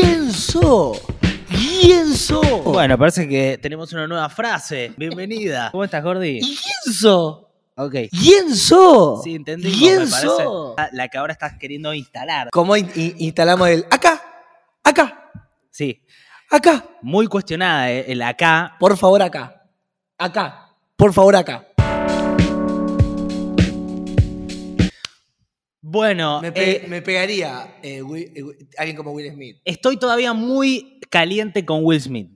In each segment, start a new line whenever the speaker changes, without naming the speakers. Guienzo. Guienzo.
Bueno, parece que tenemos una nueva frase. Bienvenida. ¿Cómo estás, Gordi? Oh,
Guienzo.
Ok.
Guienzo.
Sí, entendimos,
Guienzo.
me parece. La que ahora estás queriendo instalar.
¿Cómo in- in- instalamos el acá? Acá.
Sí.
Acá.
Muy cuestionada eh, el acá.
Por favor, acá. Acá. Por favor, acá.
Bueno,
Me, pe-
eh,
me pegaría eh, Will- eh, Will- alguien como Will Smith.
estoy todavía muy caliente con Will Smith.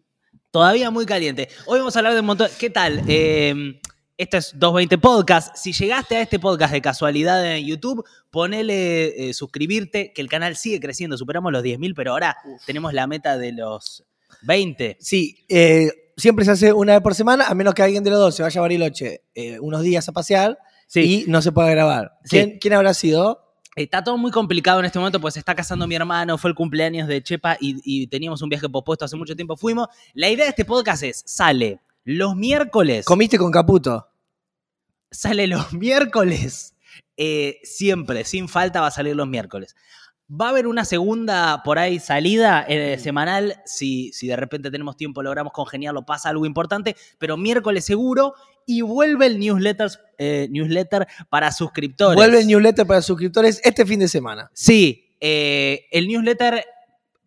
Todavía muy caliente. Hoy vamos a hablar de un montón. ¿Qué tal? Eh, esto es 220 Podcast. Si llegaste a este podcast de casualidad en YouTube, ponele eh, suscribirte, que el canal sigue creciendo. Superamos los 10.000, pero ahora tenemos la meta de los 20.
Sí, eh, siempre se hace una vez por semana, a menos que alguien de los dos se vaya a Bariloche eh, unos días a pasear
Sí.
y no se pueda grabar.
Sí.
¿Quién, quién habrá sido?
Está todo muy complicado en este momento, pues se está casando mi hermano, fue el cumpleaños de Chepa y, y teníamos un viaje pospuesto hace mucho tiempo, fuimos. La idea de este podcast es, sale los miércoles,
Comiste con Caputo.
sale los miércoles, eh, siempre, sin falta va a salir los miércoles. Va a haber una segunda por ahí salida
Mm.
eh, semanal, si, si de repente tenemos tiempo, logramos congeniarlo, pasa algo importante, pero miércoles seguro y vuelve el newsletters, eh, newsletter para suscriptores.
Vuelve el newsletter para suscriptores este fin de semana.
Sí, eh, el newsletter,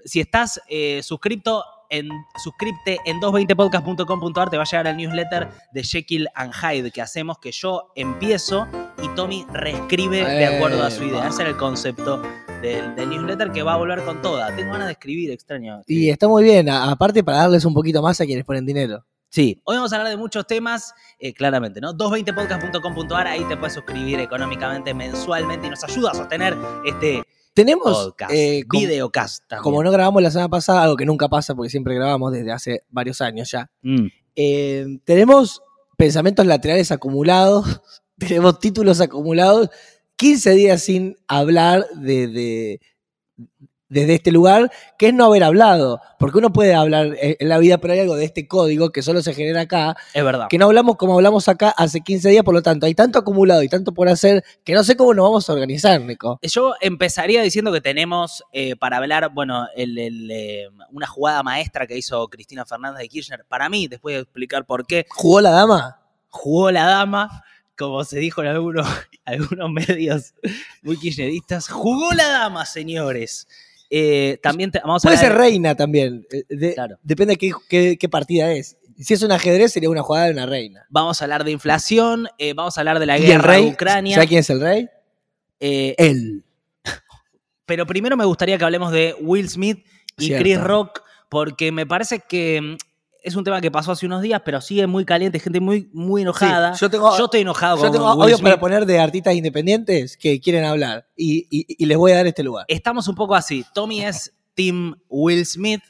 si estás eh, suscripto, en, suscripte en 220podcast.com.ar, te va a llegar el newsletter de Jekyll and Hyde que hacemos, que yo empiezo y Tommy reescribe de acuerdo a su idea.
Epa.
Ese era el concepto del, del newsletter que va a volver con toda. Tengo ganas de escribir, extraño.
Y está muy bien, a- aparte para darles un poquito más a quienes ponen dinero.
Sí, hoy vamos a hablar de muchos temas, eh, claramente, ¿no? 220podcast.com.ar, ahí te puedes suscribir económicamente, mensualmente y nos ayuda a sostener este
Tenemos,
podcast,
eh, com-
videocast. también.
como no grabamos la semana pasada, algo que nunca pasa porque siempre grabamos desde hace varios años ya,
Mm.
eh, tenemos pensamientos laterales acumulados, tenemos títulos acumulados, 15 días sin hablar de, de- desde este lugar, que es no haber hablado, porque uno puede hablar en en la vida, pero hay algo de este código que solo se genera acá,
Es verdad.
que no hablamos como hablamos acá hace 15 días, por lo tanto, hay tanto acumulado y tanto por hacer que no sé cómo nos vamos a organizar, Nico.
Yo empezaría diciendo que tenemos eh, para hablar, bueno, el- el, eh, una jugada maestra que hizo Cristina Fernández de Kirchner. Para mí, después de explicar por qué,
¿Jugó la dama?
jugó la dama, como se dijo en algunos, algunos medios muy kirchneristas. Jugó la dama, señores. Eh, también te- vamos a
Puede ser
hablar-
reina también, eh, de-
Claro.
depende de qué, qué- qué partida es. Si es un ajedrez, sería una jugada de una reina.
Vamos a hablar de inflación, eh, vamos a hablar de la
¿Y el
guerra de
rey?
Ucrania.
¿Sabe quién es el rey?
eh,
Él.
Pero primero me gustaría que hablemos de Will Smith y
Cierto.
Chris Rock, porque me parece que mm, es un tema que pasó hace unos días, pero sigue muy caliente, gente muy, muy enojada.
Sí, yo tengo-
estoy enojado
Yo
con
tengo
Will
audio
Smith.
para poner de artistas independientes que quieren hablar y, y- y les voy a dar este lugar.
Estamos un poco así. Tommy es Team Will Smith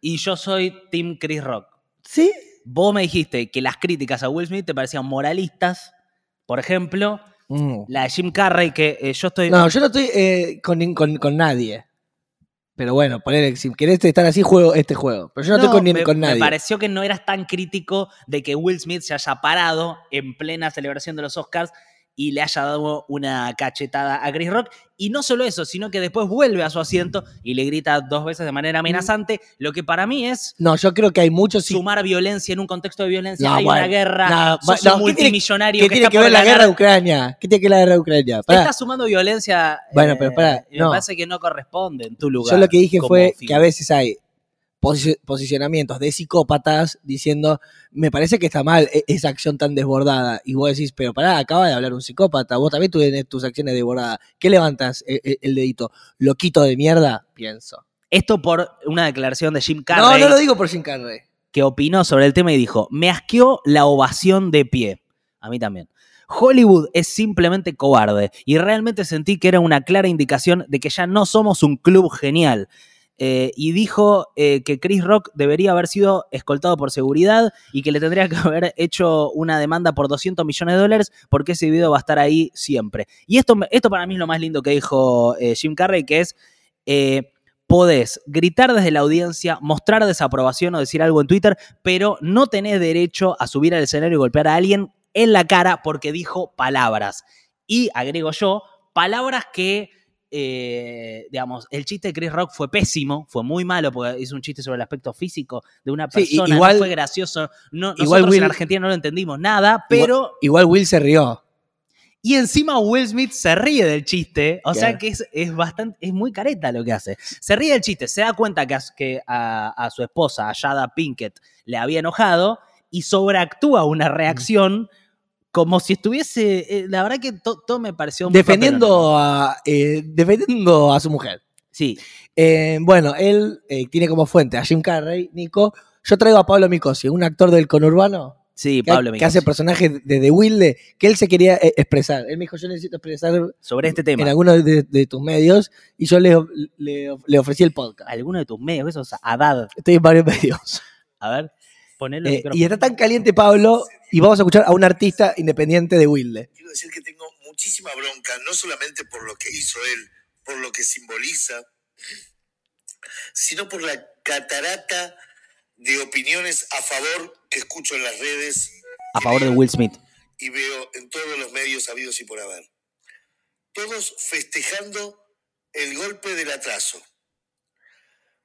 y yo soy Team Chris Rock.
¿Sí?
Vos me dijiste que las críticas a Will Smith te parecían moralistas, por ejemplo,
Mm.
la de Jim Carrey, que eh, yo estoy...
No, yo no estoy eh, con, nin- con- con nadie. Pero bueno, ponele, si querés estar así, juego este juego. Pero yo no, estoy con, nin-
me,
con
me
nadie.
pareció que no eras tan crítico de que Will Smith se haya parado en plena celebración de los Oscars y le haya dado una cachetada a Chris Rock. Y no solo eso, sino que después vuelve a su asiento y le grita dos veces de manera amenazante, lo que para mí es
No, yo creo que hay muchos. sí-
sumar violencia en un contexto de violencia.
No,
Hay
bueno,
una guerra,
no,
sos
no,
un
¿qué tiene-
multimillonario
¿Qué
que
tiene
está
que
por
ver la
ganar.
guerra de Ucrania? ¿Qué tiene que ver la guerra de Ucrania?
Te
Pará,
Está sumando violencia. eh,
Bueno, pero pará,
y me
no.
parece que no corresponde en tu lugar.
yo lo que dije
como
fue que
figura.
a veces hay posi- posicionamientos de psicópatas diciendo, me parece que está mal e- esa acción tan desbordada. Y vos decís, pero pará, acaba de hablar un psicópata, vos también tenés tus acciones desbordadas. ¿Qué levantas e- e- el dedito? ¿Loquito de mierda? Pienso.
Esto por una declaración de Jim Carrey.
No, no lo digo por Jim Carrey.
que opinó sobre el tema y dijo, me asqueó la ovación de pie. A mí también. Hollywood es simplemente cobarde y realmente sentí que era una clara indicación de que ya no somos un club genial. Eh, y dijo eh, que Chris Rock debería haber sido escoltado por seguridad y que le tendría que haber hecho una demanda por 200 millones de dólares porque ese video va a estar ahí siempre. Y esto, me- esto para mí es lo más lindo que dijo eh, Jim Carrey, que es... eh, Podés gritar desde la audiencia, mostrar desaprobación o decir algo en Twitter, pero no tenés derecho a subir al escenario y golpear a alguien en la cara porque dijo palabras. Y agrego yo, palabras que eh, eh, digamos, el chiste de Chris Rock fue pésimo, fue muy malo, porque hizo un chiste sobre el aspecto físico de una
Sí, i-
persona, no
igual-
fue gracioso. No,
igual
nosotros
Will-
en Argentina no lo entendimos nada, pero.
Igual Will se rió.
Y encima Will Smith se ríe del chiste, o
Claro.
sea que es, es bastante, es muy careta lo que hace. Se ríe del chiste, se da cuenta que, a, que a- a su esposa, a Jada Pinkett, le había enojado y sobreactúa una reacción como si estuviese, eh, la verdad que to- todo me pareció... muy papelón.
Defendiendo a, eh, defendiendo a su mujer.
Sí,
Eh, bueno, él eh, tiene como fuente a Jim Carrey, Nico. Yo traigo a Pablo Micosi, un actor del conurbano
sí,
que,
Pablo
que
Micosi,
hace personajes de The Wilde, que él se quería eh, expresar. Él me dijo, yo necesito expresar
sobre este
en
tema.
alguno de, de tus medios y yo le, le- le ofrecí el podcast.
Alguno de tus medios, esos, Haddad,
Estoy en varios medios.
a ver, ponelo
Eh, y está tan caliente Pablo y vamos a escuchar a un artista independiente de Wilde.
Quiero decir que tengo muchísima bronca, no solamente por lo que hizo él, por lo que simboliza, sino por la catarata de opiniones a favor que escucho en las redes
a favor de Will Smith.
y veo en todos los medios habidos y por haber. Todos festejando el golpe del atraso.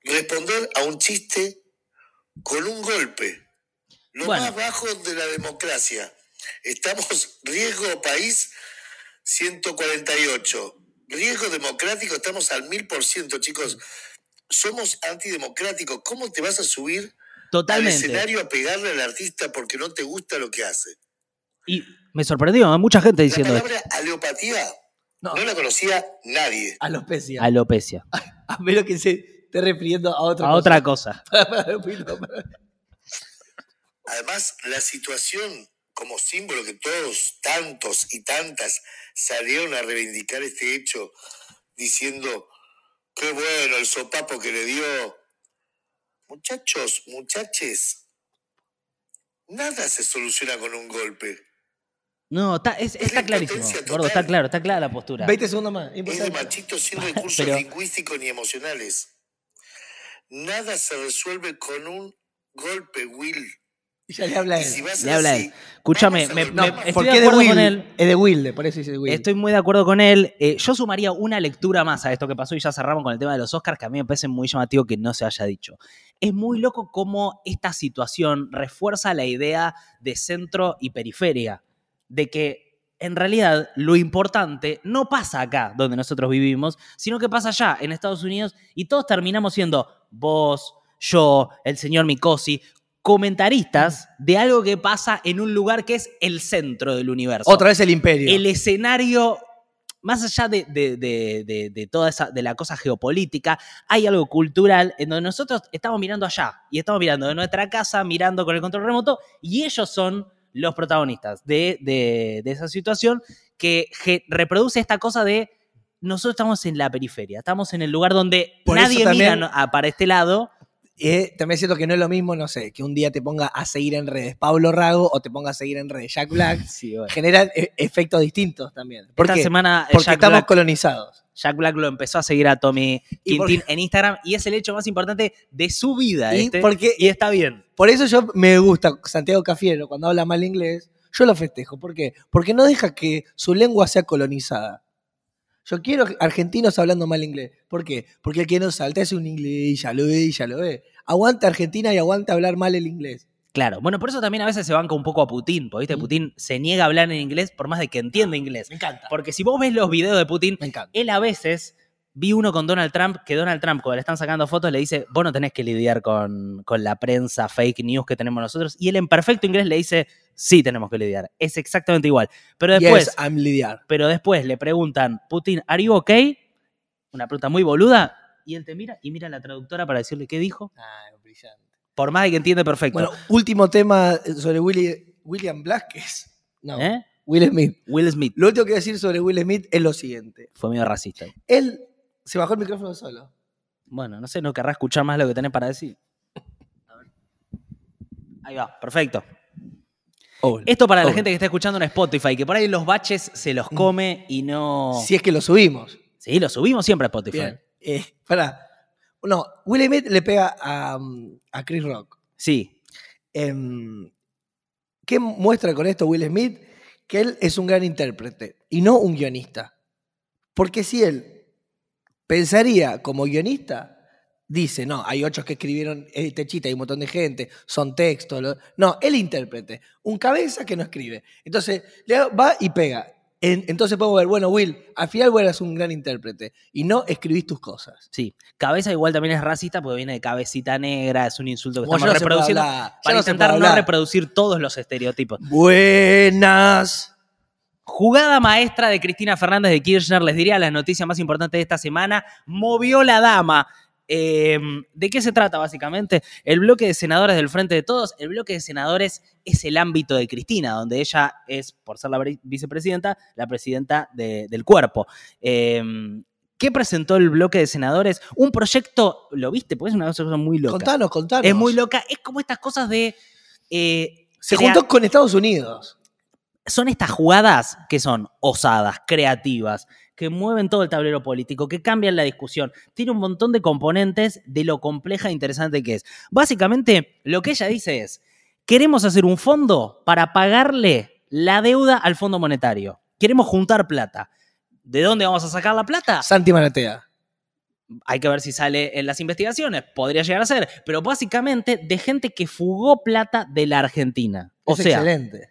Responder a un chiste con un golpe. Lo
Bueno.
más bajo de la democracia. Estamos riesgo país 148. Riesgo democrático, estamos al mil por ciento, chicos. Somos antidemocráticos. ¿Cómo te vas a subir al
Totalmente.
escenario a pegarle al artista porque no te gusta lo que hace?
Y me sorprendió, ¿eh? mucha gente
La
diciendo esto.
palabra aleopatía
No.
no. la conocía nadie.
Alopecia.
Alopecia,
A menos que se esté refiriendo a otra
a otra cosa.
Además, la situación como símbolo que todos, tantos y tantas, salieron a reivindicar este hecho diciendo, qué bueno el sopapo que le dio. Muchachos, muchaches, nada se soluciona con un golpe.
No, está, es- está
la
clarísimo.
impotencia
Gordo,
total.
está claro, está clara la postura.
20 segundos más.
Es de
importante.
machitos sin recursos
pero-
lingüísticos ni emocionales. Nada se resuelve con un golpe, Will.
Y ya le habla a
Y si
él.
vas
Le habla
así,
él. Escúchame,
vamos a
me-
golpear.
No,
me- estoy
porque
de
es de
acuerdo con
Wilde.
él.
Es de Wilde, por eso dice de Wilde.
Estoy muy de acuerdo con él. Eh, yo sumaría una lectura más a esto que pasó y ya cerramos con el tema de los Oscars, que a mí me parece muy llamativo que no se haya dicho. Es muy loco cómo esta situación refuerza la idea de centro y periferia, de que en realidad lo importante no pasa acá, donde nosotros vivimos, sino que pasa allá, en Estados Unidos, y todos terminamos siendo vos, yo, el señor Micosi, comentaristas de algo que pasa en un lugar que es el centro del universo
Otra vez el imperio.
el escenario, más allá de, de- de- de- de toda esa, de la cosa geopolítica, hay algo cultural en donde nosotros estamos mirando allá y estamos mirando de nuestra casa, mirando con el control remoto y ellos son los protagonistas de, de- de esa situación que ge- reproduce esta cosa de nosotros estamos en la periferia, estamos en el lugar donde
Por eso
nadie
también-
mira no- ah, para este lado.
Eh, también siento que no es lo mismo, no sé, que un día te ponga a seguir en redes Pablo Rago o te ponga a seguir en redes Jack Black. Generan eh, efectos distintos también. ¿Por
Esta
qué?
semana eh,
Porque
Jack
estamos
Black-
colonizados.
Jack Black lo empezó a seguir a Tommy
Y porque-
Quintín en Instagram y es el hecho más importante de su vida.
Y
este,
porque-
y está bien.
Por eso yo me gusta Santiago Cafiero cuando habla mal inglés. Yo lo festejo. ¿Por qué? Porque no deja que su lengua sea colonizada. Yo quiero argentinos hablando mal inglés. ¿Por qué? Porque el que no salta es un inglés, ya lo ve, ya lo ve. Aguanta Argentina y aguanta hablar mal el inglés.
Claro, bueno, por eso también a veces se banca un poco a Putin, porque ¿viste?
Mm.
Putin se niega a hablar en inglés por más de que entienda inglés.
Me encanta.
Porque si vos ves los videos de Putin,
Me encanta.
él a veces, vi uno con Donald Trump, que Donald Trump cuando le están sacando fotos le dice, vos no tenés que lidiar con, con la prensa fake news que tenemos nosotros, y él en perfecto inglés le dice, sí tenemos que lidiar, es exactamente igual. Pero después,
yes, I'm lidiar.
pero después le preguntan, Putin, ¿are you okay? Una pregunta muy boluda. Y él te mira y mira a la traductora para decirle qué dijo,
Ah,
por más de que entiende perfecto.
Bueno, último tema sobre Willy- William Blasquez. No,
¿Eh?
Will Smith.
Will Smith
Lo último que decir sobre Will Smith es lo siguiente.
fue medio racista.
Él se bajó el micrófono solo.
Bueno, no sé, no querrá escuchar más lo que tenés para decir. A ver. Ahí va, perfecto. Esto para la
Oh.
gente que está escuchando en Spotify, que por ahí los baches se
Mm.
los come y no.
Si es que lo subimos.
Sí, lo subimos siempre a Spotify.
Bien. Eh, pará. No, Will Smith le pega a, um, a Chris Rock.
Sí,
Em, ¿Qué muestra con esto Will Smith? Que él es un gran intérprete y no un guionista. Porque si él pensaría como guionista, dice, no, hay ocho que escribieron este chiste, hay un montón de gente, son textos. lo- No, el intérprete, un cabeza que no escribe. Entonces, le hago- va y pega. En- entonces podemos ver, bueno, Will, al final vos eras un gran intérprete y no escribís tus cosas.
Sí, cabeza igual también es racista porque viene de cabecita negra, es un insulto que
Como
estamos
yo no se puede
reproduciendo
hablar, yo
para
no se
intentar
puede
no
hablar.
reproducir todos los estereotipos.
Buenas.
Jugada maestra de Cristina Fernández de Kirchner, les diría las noticias más importantes de esta semana, movió la dama. Eh, ¿De qué se trata básicamente? El bloque de senadores del Frente de Todos, el bloque de senadores es el ámbito de Cristina, donde ella es, por ser la bri- vicepresidenta, la presidenta de- del cuerpo. Eh, ¿Qué presentó el bloque de senadores? Un proyecto, ¿lo viste? Porque es una cosa muy loca.
Contanos, contanos.
Es muy loca. Es como estas cosas de. eh,
Se
crea-
juntó con Estados Unidos.
Son estas jugadas que son osadas, creativas, que mueven todo el tablero político, que cambian la discusión. Tiene un montón de componentes de lo compleja e interesante que es. Básicamente, lo que ella dice es: queremos hacer un fondo para pagarle la deuda al Fondo Monetario. Queremos juntar plata. ¿De dónde vamos a sacar la plata?
Santi Maratea.
hay que ver si sale en las investigaciones, podría llegar a ser, pero básicamente de gente que fugó plata de la Argentina. O
Es
sea,
excelente.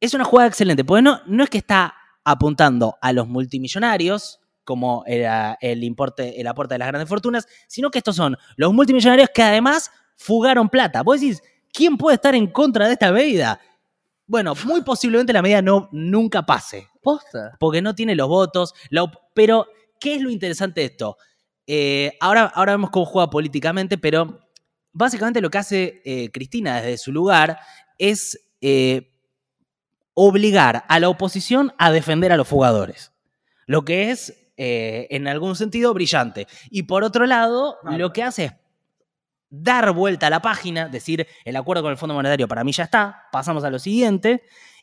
es una jugada excelente, porque no, no es que está apuntando a los multimillonarios como era el importe, el aporte de las grandes fortunas, sino que estos son los multimillonarios que además fugaron plata. Vos decís, ¿quién puede estar en contra de esta medida? Bueno, muy posiblemente la medida no, nunca pase
Posta.
porque no tiene los votos. la op- pero, ¿qué es lo interesante de esto? Eh, ahora, ahora vemos cómo juega políticamente, pero básicamente lo que hace eh, Cristina desde su lugar es eh, obligar a la oposición a defender a los jugadores. Lo que es, eh, en algún sentido, brillante. Y por otro lado, lo que hace es dar vuelta a la página, decir, el acuerdo con el Fondo Monetario para mí ya está, pasamos a lo siguiente,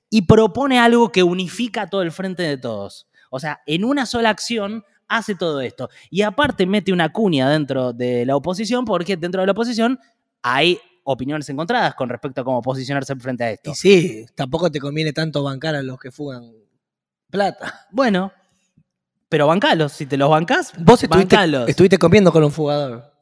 y propone algo que unifica todo el frente de todos. O sea, en una sola acción hace todo esto. Y aparte mete una cuña dentro de la oposición, porque dentro de la oposición hay opiniones encontradas con respecto a cómo posicionarse frente a esto.
Y sí, tampoco te conviene tanto bancar a los que fugan plata.
Bueno, pero bancalos, si te los bancás,
Vos estuviste,
bancalos.
estuviste comiendo con un fugador.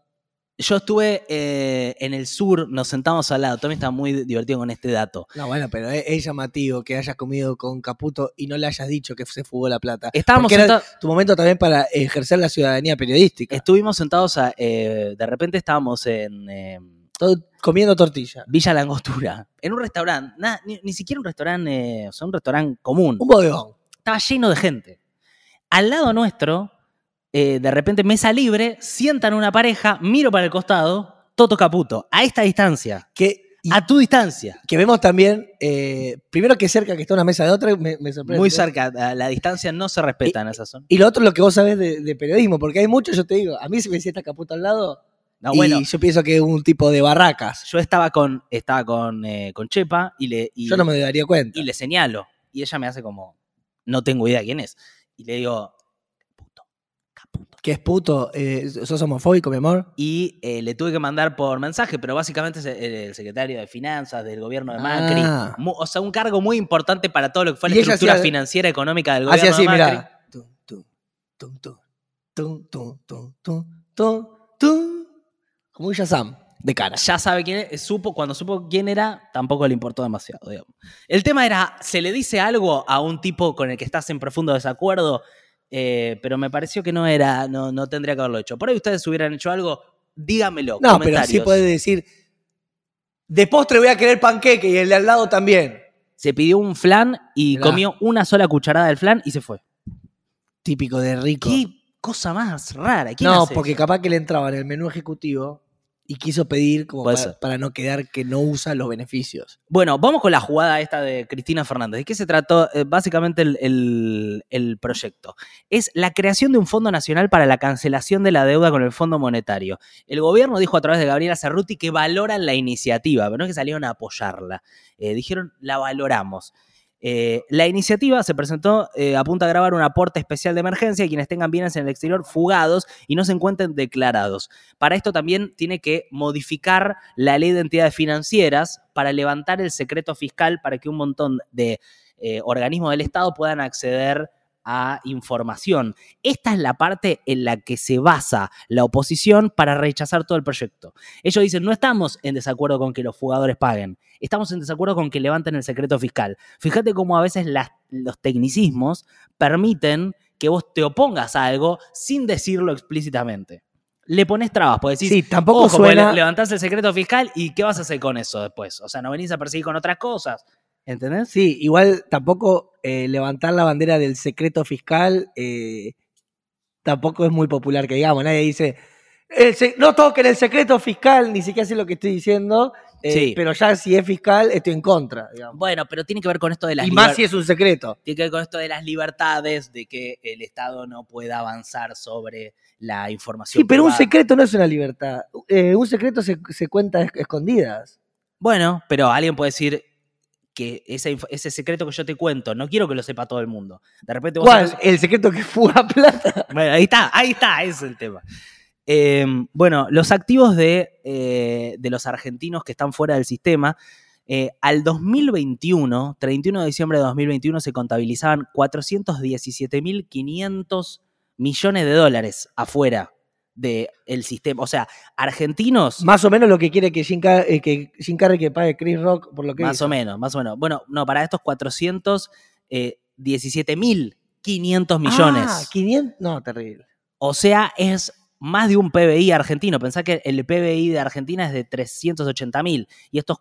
Yo estuve eh, en el sur, nos sentamos al lado, Tommy está muy divertido con este dato.
No, bueno, pero es, es llamativo que hayas comido con Caputo y no le hayas dicho que se fugó la plata.
Estábamos
Porque era
sentados...
tu momento también para ejercer la ciudadanía periodística.
Estuvimos sentados, a- eh, de repente estábamos en eh,
Todo comiendo tortilla.
Villa Langostura, en un restaurante, nada, ni, ni siquiera un restaurante, eh, o sea, un restaurante común.
Un bodegón.
Estaba lleno de gente. Al lado nuestro, eh, de repente mesa libre, sientan una pareja, miro para el costado, Toto Caputo, a esta distancia,
Que, y-
a tu distancia.
que vemos también, eh, primero que cerca que está una mesa de otra, me, me sorprende.
Muy cerca, a la distancia no se respeta en esa zona.
Y lo otro, lo que vos sabés de, de periodismo, porque hay mucho, yo te digo, a mí se me sienta Caputo al lado
No,
y
bueno,
yo pienso que es un tipo de barracas.
yo estaba con, estaba con, eh, con Chepa y le, y-
Yo no me daría cuenta.
y le señalo. Y ella me hace como, no tengo idea quién es. Y le digo, puto, caputo.
Que es puto, eh, sos homofóbico, mi amor.
Y eh, le tuve que mandar por mensaje, pero básicamente es el, el secretario de Finanzas del gobierno de Macri.
Ah.
Mu- o sea, un cargo muy importante para todo lo que fue la
Y ella
estructura
hacía-
financiera económica del
Así,
gobierno
así,
de Macri.
mirá. Tum, tum, tum, tum, tum, tum, tum, tum, tum, tum. Como un Shazam, de cara.
Ya sabe quién es, supo, cuando supo quién era, tampoco le importó demasiado, digamos. El tema era, se le dice algo a un tipo con el que estás en profundo desacuerdo, Eh, pero me pareció que no era, no, no tendría que haberlo hecho. Por ahí ustedes hubieran hecho algo, dígamelo.
No, pero
comentarios.
sí puedes decir, de postre voy a querer panqueque y el de al lado también.
Se pidió un flan y
Mirá.
comió una sola cucharada del flan y se fue.
Típico de rico.
Qué cosa más rara. ¿Quién
No,
hace
porque
eso?
capaz que le entraba en el menú ejecutivo y quiso pedir como
Puede
para,
ser.
para no quedar que no usa los beneficios.
Bueno, vamos con la jugada esta de Cristina Fernández. ¿De qué se trató eh, básicamente el, el- el proyecto? Es la creación de un fondo nacional para la cancelación de la deuda con el Fondo Monetario. El gobierno dijo a través de Gabriela Cerruti que valoran la iniciativa, pero no es que salieron a apoyarla. Eh, dijeron, la valoramos. Eh, la iniciativa se presentó, eh, apunta a grabar un aporte especial de emergencia a quienes tengan bienes en el exterior fugados y no se encuentren declarados. Para esto también tiene que modificar la ley de entidades financieras para levantar el secreto fiscal para que un montón de eh, organismos del Estado puedan acceder a información. Esta es la parte en la que se basa la oposición para rechazar todo el proyecto. Ellos dicen, no estamos en desacuerdo con que los jugadores paguen, estamos en desacuerdo con que levanten el secreto fiscal. Fíjate cómo a veces las- los tecnicismos permiten que vos te opongas a algo sin decirlo explícitamente. Le pones trabas, pues decís,
Sí, tampoco
Ojo, porque
suena-
le- levantás el secreto fiscal y ¿qué vas a hacer con eso después? O sea, no venís a perseguir con otras cosas. ¿Entendés?
Sí, igual tampoco eh, levantar la bandera del secreto fiscal eh, tampoco es muy popular que digamos. Nadie dice, "El se- no toquen el secreto fiscal, ni siquiera sé lo que estoy diciendo, eh,
Sí.
pero ya si es fiscal estoy en contra. digamos.
Bueno, pero tiene que ver con esto de las
Y más
liber-
si es un secreto.
tiene que ver con esto de las libertades, de que el Estado no pueda avanzar sobre la información.
Sí, pero un
privada.
secreto no es una libertad. Eh, un secreto se, se cuenta esc- escondidas.
Bueno, pero alguien puede decir que esa inf- ese secreto que yo te cuento, no quiero que lo sepa todo el mundo. De repente vos
¿Cuál?
sacás-
El secreto que fuga plata.
Bueno, ahí está, ahí está, ese es el tema. Eh, bueno, los activos de, eh, de los argentinos que están fuera del sistema, eh, al 2021, 31 de diciembre de 2021, se contabilizaban 417.500 millones de dólares afuera del sistema. O sea, argentinos, más,
Más o menos lo que quiere que Jim, Car- eh, que Jim Carrey que pague Chris Rock por lo que hizo.
o menos, más o menos. Bueno, no, para estos eh, 417.500 millones.
Ah, 500, no, terrible.
O sea, es más de un PBI argentino. Pensá que el PBI de Argentina es de 380 mil y estos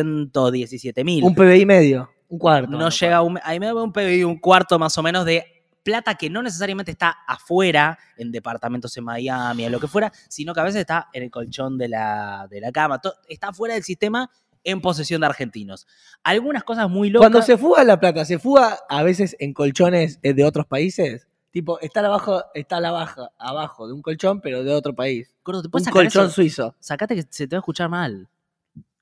417
Un
mil.
PBI medio, un cuarto.
No
bueno,
llega a un, ahí me da un PBI, un cuarto más o menos de plata que no necesariamente está afuera, en departamentos en Miami, en lo que fuera, sino que a veces está en el colchón de la, de la cama. To- está fuera del sistema en posesión de argentinos. Algunas cosas muy locas.
Cuando se fuga la plata, se fuga a veces en colchones eh, de otros países. Tipo, está abajo, está la baja, abajo de un colchón, pero de otro país.
Gordo, ¿te
Un
puedes sacar
colchón
eso?
suizo.
Sacate que se te va a escuchar mal.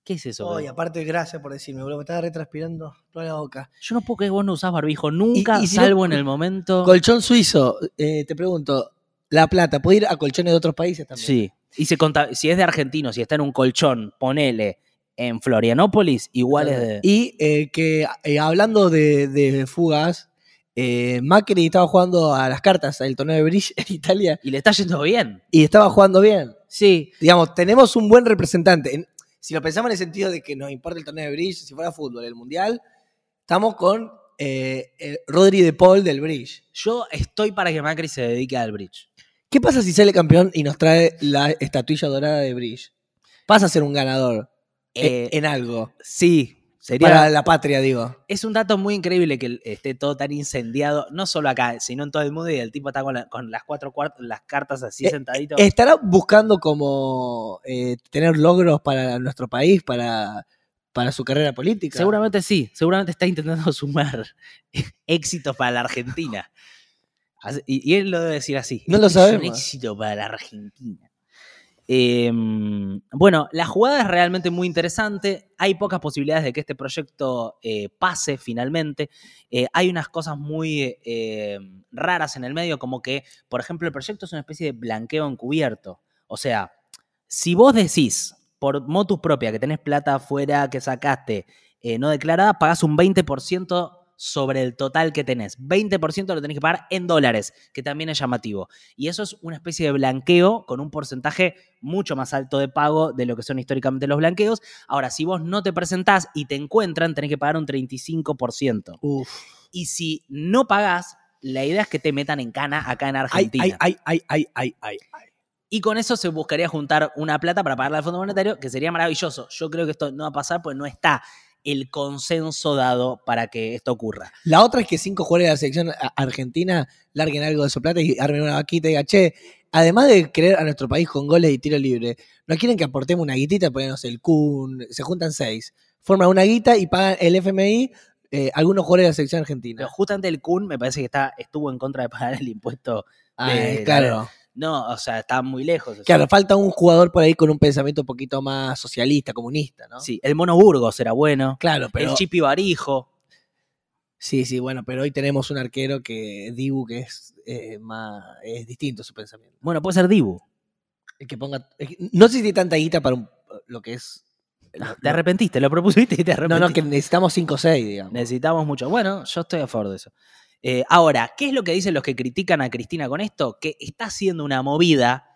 ¿Qué es eso?
Ay,
Pedro?
aparte, gracias por decirme, boludo. Me estaba retranspirando toda la boca.
Yo no puedo creer que vos no usás barbijo nunca,
Y- y si no-
salvo en el momento.
Colchón suizo, eh, te pregunto, la plata, ¿puede ir a colchones de otros países también?
Sí. Y se conta- si es de argentino, si está en un colchón, ponele en Florianópolis, igual es de.
Y eh, que eh, hablando de, de fugas, eh, Macri estaba jugando a las cartas, al torneo de Bridge en Italia,
Y le está yendo bien.
y estaba jugando bien.
Sí.
digamos, tenemos un buen representante. En- si lo pensamos en el sentido de que nos importa el torneo de bridge, si fuera fútbol, el mundial, estamos con eh, eh, Rodri de Paul del bridge.
Yo estoy para que Macri se dedique al bridge.
¿Qué pasa si sale campeón y nos trae la estatuilla dorada de bridge? Pasa a ser un ganador
Eh,
en, en algo.
sí. Sería.
Para la patria, digo.
Es un dato muy increíble que el- esté todo tan incendiado, no solo acá, sino en todo el mundo, y el tipo está con, la- con las cuatro cuart- las cartas así
Eh,
sentadito.
¿Estará buscando como eh, tener logros para nuestro país, para, para su carrera política?
Seguramente sí, seguramente está intentando sumar éxitos para la Argentina. Así- Y, y él lo debe decir así.
No lo
"Este es
sabemos".
Un éxito para la Argentina. Eh, bueno, la jugada es realmente muy interesante. Hay pocas posibilidades de que este proyecto eh, pase finalmente. Eh, hay unas cosas muy eh, raras en el medio, como que, por ejemplo, el proyecto es una especie de blanqueo encubierto. O sea, si vos decís por motus propia que tenés plata afuera que sacaste eh, no declarada, pagás un 20% sobre el total que tenés. 20% lo tenés que pagar en dólares, que también es llamativo. Y eso es una especie de blanqueo con un porcentaje mucho más alto de pago de lo que son históricamente los blanqueos. Ahora, si vos no te presentás y te encuentran, tenés que pagar un 35%.
Uf.
Y si no pagás, la idea es que te metan en cana acá en
Ay,
Argentina.
ay, ay, ay, ay, ay, ay.
Y con eso se buscaría juntar una plata para pagarle al Fondo Monetario, que sería maravilloso. Yo creo que esto no va a pasar, pues no está el consenso dado para que esto ocurra.
La otra es que cinco jugadores de la selección a- argentina larguen algo de su plata y armen una vaquita y digan, che, además de querer a nuestro país con goles y tiro libre, ¿no quieren que aportemos una guitita? Ponemos el Kun, se juntan seis, forman una guita y pagan el FMI eh, algunos jugadores de la selección argentina.
Pero justamente el Kun me parece que está, estuvo en contra de pagar el impuesto.
Ah,
de-
claro,
No, o sea, está muy lejos. eso.
claro, falta un jugador por ahí con un pensamiento un poquito más socialista, comunista, ¿no?
Sí, el Mono Burgos era bueno.
Claro, pero
el Chipi Barijo.
sí, sí, bueno, pero hoy tenemos un arquero que Dibu que es eh, más es distinto su pensamiento.
Bueno, puede ser Dibu.
El que ponga. es que No sé si tiene tanta guita para un- lo que es.
Te arrepentiste, lo propusiste y te
No,
arrepentiste.
no, que necesitamos 5 o 6, digamos.
Necesitamos mucho. Bueno, yo estoy a favor de eso. Eh, ahora, ¿qué es lo que dicen los que critican a Cristina con esto? Que está haciendo una movida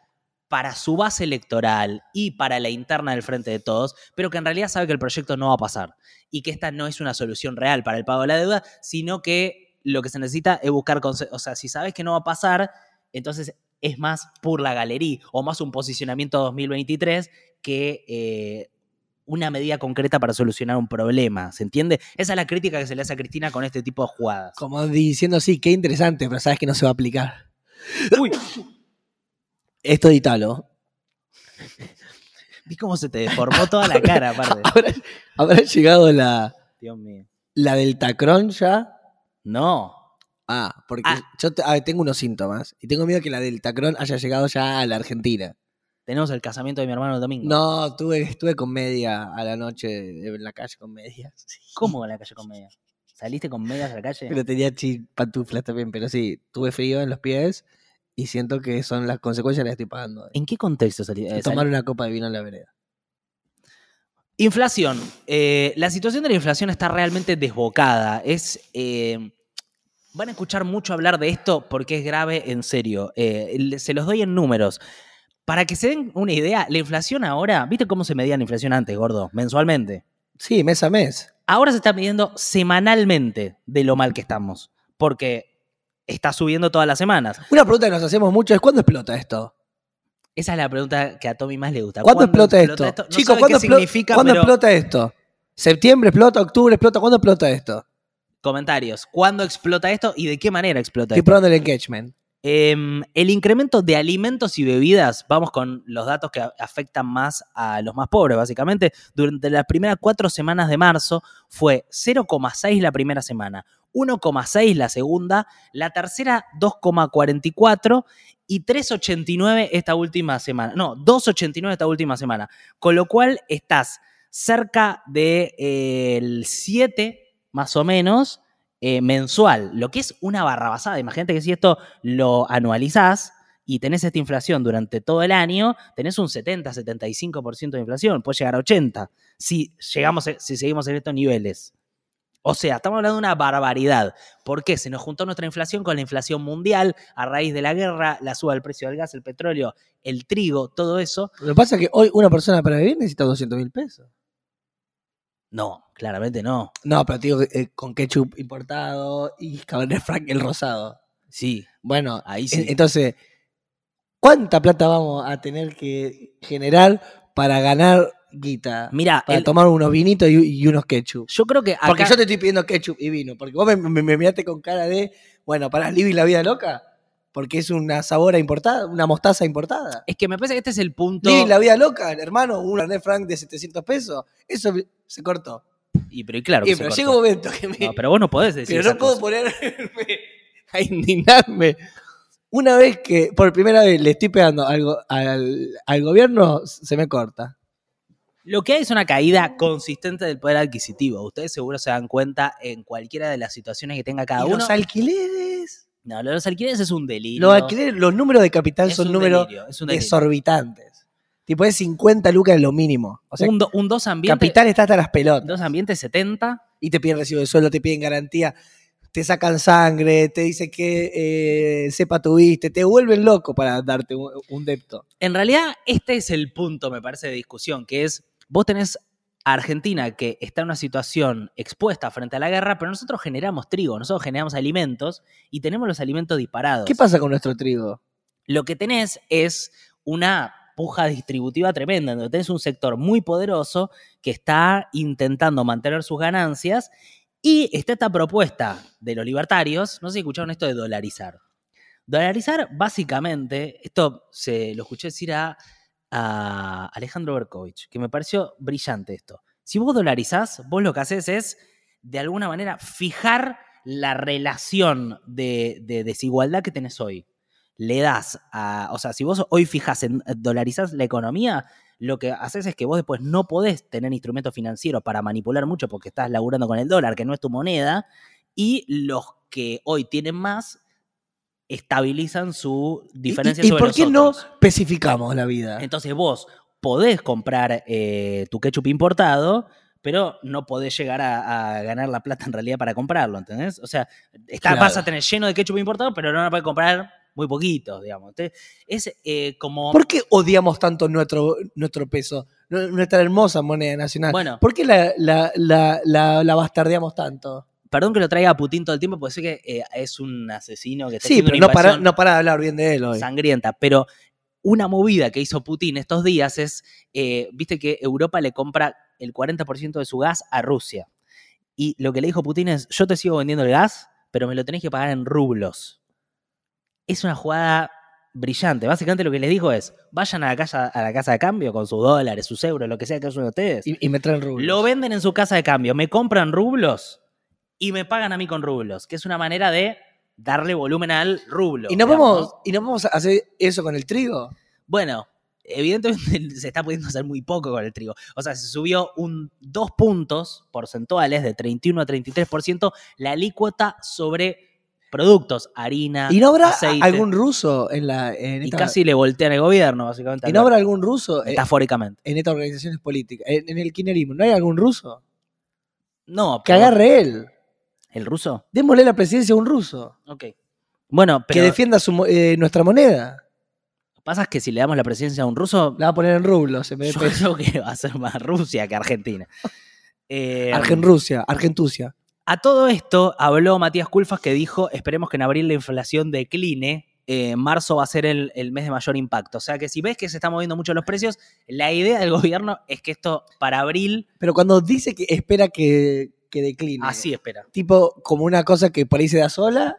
para su base electoral y para la interna del Frente de Todos, pero que en realidad sabe que el proyecto no va a pasar y que esta no es una solución real para el pago de la deuda, sino que lo que se necesita es buscar, conse- o sea, si sabes que no va a pasar, entonces es más por la galería o más un posicionamiento 2023 que eh, una medida concreta para solucionar un problema, ¿se entiende? Esa es la crítica que se le hace a Cristina con este tipo de jugadas.
Como diciendo, sí, qué interesante, pero sabes que no se va a aplicar.
Uy,
Esto de Italo.
vi cómo se te deformó toda la cara, aparte.
¿Habrá, habrá llegado la,
Dios mío.
la Deltacron ya?
No,
Ah, porque
Ah.
yo te- ah, tengo unos síntomas y tengo miedo que la Deltacron haya llegado ya a la Argentina.
tenemos el casamiento de mi hermano el domingo.
No, estuve, estuve con media a la noche en la calle con medias.
¿Cómo en la calle con medias? ¿Saliste con medias a la calle?
Pero tenía chi- pantuflas también, pero sí, tuve frío en los pies y siento que son las consecuencias las estoy pagando.
¿En qué contexto saliste? Eh, sal-
Tomar una copa de vino en la vereda.
Inflación. Eh, la situación de la inflación está realmente desbocada. Es. eh, van a escuchar mucho hablar de esto porque es grave en serio. Eh, le- se los doy en números. Para que se den una idea, la inflación ahora, ¿viste cómo se medía la inflación antes, gordo? Mensualmente.
Sí, mes a mes.
Ahora se está midiendo semanalmente de lo mal que estamos. Porque está subiendo todas las semanas.
Una pregunta que nos hacemos mucho es ¿cuándo explota esto?
Esa es la pregunta que a Tommy más le gusta.
¿Cuándo, explota, esto?
No
Chicos,
sabe
¿cuándo,
qué
explo-
significa,
¿cuándo
pero-
explota esto? ¿Septiembre explota? ¿Octubre explota? ¿Cuándo explota esto?
Comentarios. ¿Cuándo explota esto y de qué manera explota
Estoy
esto?
probando el engagement.
Em, el incremento de alimentos y bebidas, vamos con los datos que a- afectan más a los más pobres, básicamente, durante las primeras cuatro semanas de marzo fue 0,6 la primera semana, 1,6 la segunda, la tercera 2,44 y 3,89 esta última semana. No, 2,89 esta última semana. Con lo cual estás cerca del 7 más o menos eh, mensual, lo que es una barrabasada. Imagínate que si esto lo anualizás y tenés esta inflación durante todo el año, tenés un 70-75% de inflación, puede llegar a 80 si, llegamos, a- si seguimos en estos niveles. O sea, estamos hablando de una barbaridad. ¿Por qué? Se nos juntó nuestra inflación con la inflación mundial a raíz de la guerra, la suba del precio del gas, el petróleo, el trigo, todo eso.
Lo que pasa es que hoy una persona para vivir necesita 200 mil pesos.
No, claramente no.
No, pero te digo eh, con ketchup importado y cabernet franc el rosado.
Sí,
Bueno,
ahí Ah, sí.
en- entonces, ¿cuánta plata vamos a tener que generar para ganar guita?
Mira,
Para
el-
tomar unos vinitos y, y unos ketchup.
yo creo que acá...
Porque yo te estoy pidiendo ketchup y vino. Porque vos me, me- me miraste con cara de, bueno, para Living la vida loca. Porque es una sabora importada, una mostaza importada.
Es que me parece que este es el punto...
Living la vida loca, hermano, un René Frank de 700 pesos. Eso me- se cortó.
Y, pero, y claro, que
Eh,
se
pero
cortó.
llega un momento que me.
No, pero vos no podés decir
pero
esa
no puedo
cosa.
ponerme a indignarme. Una vez que, por primera vez, le estoy pegando algo al, al gobierno, se me corta.
Lo que hay es una caída consistente del poder adquisitivo. Ustedes seguro se dan cuenta en cualquiera de las situaciones que tenga cada
Y
uno.
los alquileres.
No, lo de los alquileres es un delirio.
Los alquileres, los números de capital
Es
son
un
números
delirio, es un delirio.
desorbitantes. Tipo, es 50 lucas es lo mínimo. O sea,
un, do- un dos ambiente,
capital está hasta las pelotas.
dos ambiente 70.
Y te piden recibo de sueldo, te piden garantía, te sacan sangre, te dicen que eh, cepa tuviste, te vuelven loco para darte un, un depto.
En realidad, este es el punto, me parece, de discusión, que es, vos tenés a Argentina que está en una situación expuesta frente a la guerra, pero nosotros generamos trigo, nosotros generamos alimentos y tenemos los alimentos disparados.
¿Qué pasa con nuestro trigo?
lo que tenés es una puja distributiva tremenda, donde tenés un sector muy poderoso que está intentando mantener sus ganancias y está esta propuesta de los libertarios, no sé si escucharon esto de dolarizar. Dolarizar básicamente, esto se lo escuché decir a, a Alejandro Berkovich, que me pareció brillante esto. Si vos dolarizás, vos lo que haces es, de alguna manera, fijar la relación de- de desigualdad que tenés hoy le das a. O sea, si vos hoy fijas en dolarizás la economía, lo que haces es que vos después no podés tener instrumentos financieros para manipular mucho porque estás laburando con el dólar, que no es tu moneda, y los que hoy tienen más estabilizan su
¿Y-
diferencia
¿Y, y
sobre
por
los
qué no
otros.
especificamos la vida?
Entonces vos podés comprar eh, tu ketchup importado, pero no podés llegar a, a ganar la plata en realidad para comprarlo, ¿entendés? O sea, está,
Claro.
vas a tener lleno de ketchup importado, pero no van a poder comprar muy poquitos, digamos. Entonces, es eh, como...
¿Por qué odiamos tanto nuestro, nuestro peso, nu- nuestra hermosa moneda nacional?
Bueno.
¿Por qué la, la- la- la- la bastardeamos tanto?
Perdón que lo traiga a Putin todo el tiempo, porque sé que eh, es un asesino que está
Sí,
haciendo
pero
una
no para,
invasión
no para de hablar bien de él hoy.
sangrienta, pero una movida que hizo Putin estos días es, eh, viste que Europa le compra el 40% de su gas a Rusia. Y lo que le dijo Putin es, yo te sigo vendiendo el gas, pero me lo tenés que pagar en rublos. Es una jugada brillante. Básicamente lo que les dijo es, vayan a la casa, a la casa de cambio con sus dólares, sus euros, lo que sea que usen ustedes.
Y, y me traen rublos.
Lo venden en su casa de cambio, me compran rublos y me pagan a mí con rublos, que es una manera de darle volumen al rublo.
¿Y no,
digamos,
vamos, ¿Y no vamos a hacer eso con el trigo?
Bueno, evidentemente se está pudiendo hacer muy poco con el trigo. O sea, se subió un dos puntos porcentuales de 31 a 33% la alícuota sobre productos, harina,
¿Y no habrá
Ah, aceite.
algún ruso en la en
y
esta-
casi le voltean el gobierno, básicamente.
y no habrá
Alberto,
algún ruso eh,
Metafóricamente.
en estas organizaciones políticas, eh, en, en el kirchnerismo? ¿No hay algún ruso?
No,
Que
pero-
agarre él.
¿El ruso?
Démosle la presidencia a un ruso.
Ok. Bueno,
que
pero
defienda su mo- eh, nuestra moneda.
pasa que si le damos la presidencia a un ruso,
La va a poner en rublos en vez
yo
de pesos.
creo que va a ser más Rusia que Argentina. Eh,
Argenrusia, Argentucia.
A todo esto habló Matías Culfas que dijo, esperemos que en abril la inflación decline, eh, marzo va a ser el, el mes de mayor impacto. O sea que si ves que se están moviendo mucho los precios, la idea del gobierno es que esto para abril,
Pero cuando dice que espera que, que decline.
así espera.
Tipo, como una cosa que por ahí se da sola,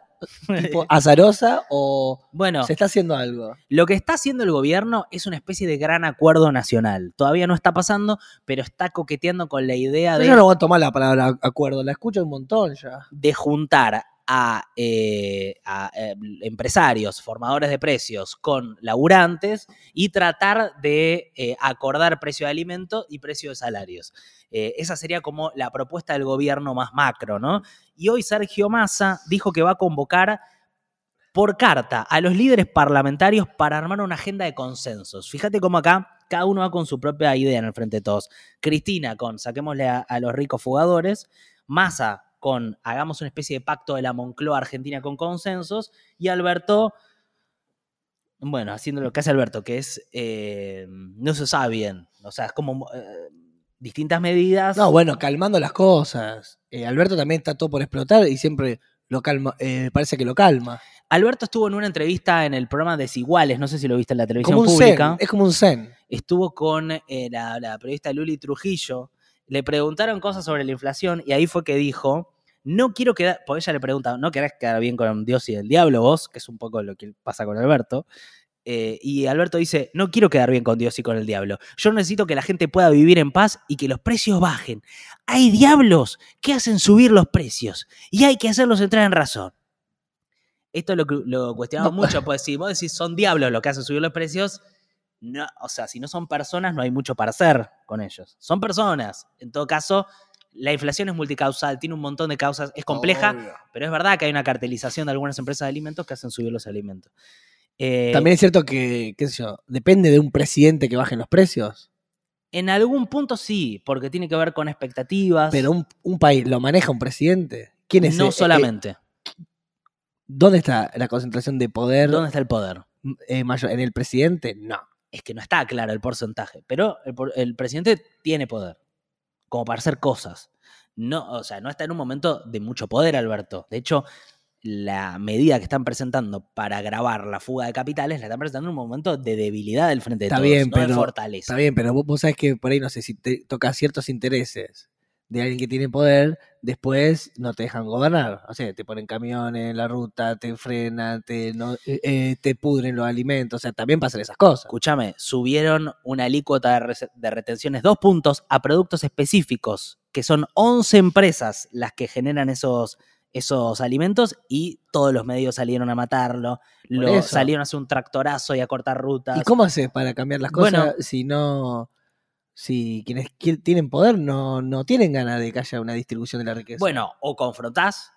tipo azarosa o
bueno,
se está haciendo algo.
lo que está haciendo el gobierno es una especie de gran acuerdo nacional. Todavía no está pasando, pero está coqueteando con la idea
Yo
de...
ya no voy a tomar la palabra acuerdo, la escucho un montón ya.
de juntar a, eh, a, eh, empresarios, formadores de precios con laburantes y tratar de eh, acordar precio de alimento y precio de salarios. Eh, esa sería como la propuesta del gobierno más macro, ¿no? Y hoy Sergio Massa dijo que va a convocar por carta a los líderes parlamentarios para armar una agenda de consensos. Fíjate cómo acá cada uno va con su propia idea en el frente de todos. Cristina con saquémosle a, a los ricos fugadores, Massa con hagamos una especie de pacto de la Moncloa Argentina con consensos y Alberto, bueno, haciendo lo que hace Alberto, que es eh, no se sabe bien, o sea, es como eh, distintas medidas.
No, bueno, calmando las cosas. Eh, Alberto también está todo por explotar y siempre lo calma, eh, parece que lo calma.
Alberto estuvo en una entrevista en el programa Desiguales, no sé si lo viste en la televisión
Como un
pública.
zen, es como un zen.
Estuvo con eh, la, la periodista Luli Trujillo. Le preguntaron cosas sobre la inflación y ahí fue que dijo, no quiero quedar, porque ella le pregunta, ¿no querés quedar bien con Dios y el diablo vos? Que es un poco lo que pasa con Alberto. Eh, y Alberto dice, no quiero quedar bien con Dios y con el diablo. Yo necesito que la gente pueda vivir en paz y que los precios bajen. Hay diablos que hacen subir los precios y hay que hacerlos entrar en razón. Esto lo, cu- lo cuestionamos
No.
mucho, pues si vos decís son diablos los que hacen subir los precios, no, o sea, si no son personas no hay mucho para hacer con ellos. Son personas. En todo caso, la inflación es multicausal, tiene un montón de causas, es compleja, pero es verdad que hay una cartelización de algunas empresas de alimentos que hacen subir los alimentos. Eh,
También es cierto que, qué sé yo, depende de un presidente que bajen los precios.
En algún punto sí, porque tiene que ver con expectativas.
Pero un, un país lo maneja un presidente. ¿Quién es
no
eh,
solamente.
eh, ¿Dónde está la concentración de poder
¿Dónde está el poder?
eh, mayor? ¿En el presidente? No.
Es que no está claro el porcentaje, pero el, por- el presidente tiene poder, como para hacer cosas. No, o sea, no está en un momento de mucho poder, Alberto. De hecho, la medida que están presentando para grabar la fuga de capitales la están presentando en un momento de debilidad del frente de
Está
todos,
bien,
no de
pero-
fortaleza.
Está bien, pero vos, vos sabés que por ahí, no sé, si te toca ciertos intereses de alguien que tiene poder, después no te dejan gobernar. O sea, te ponen camiones en la ruta, te frenan, te, no, eh, eh, te pudren los alimentos. O sea, también pasan esas cosas.
Escúchame, subieron una alícuota de, rese- de retenciones, dos puntos, a productos específicos, que son 11 empresas las que generan esos, esos alimentos y todos los medios salieron a matarlo, lo,
eso.
salieron a hacer un tractorazo y a cortar rutas.
¿Y cómo haces para cambiar las cosas
Bueno.
si no... Si quienes qui- tienen poder no, no tienen ganas de que haya una distribución de la riqueza.
Bueno, o confrontás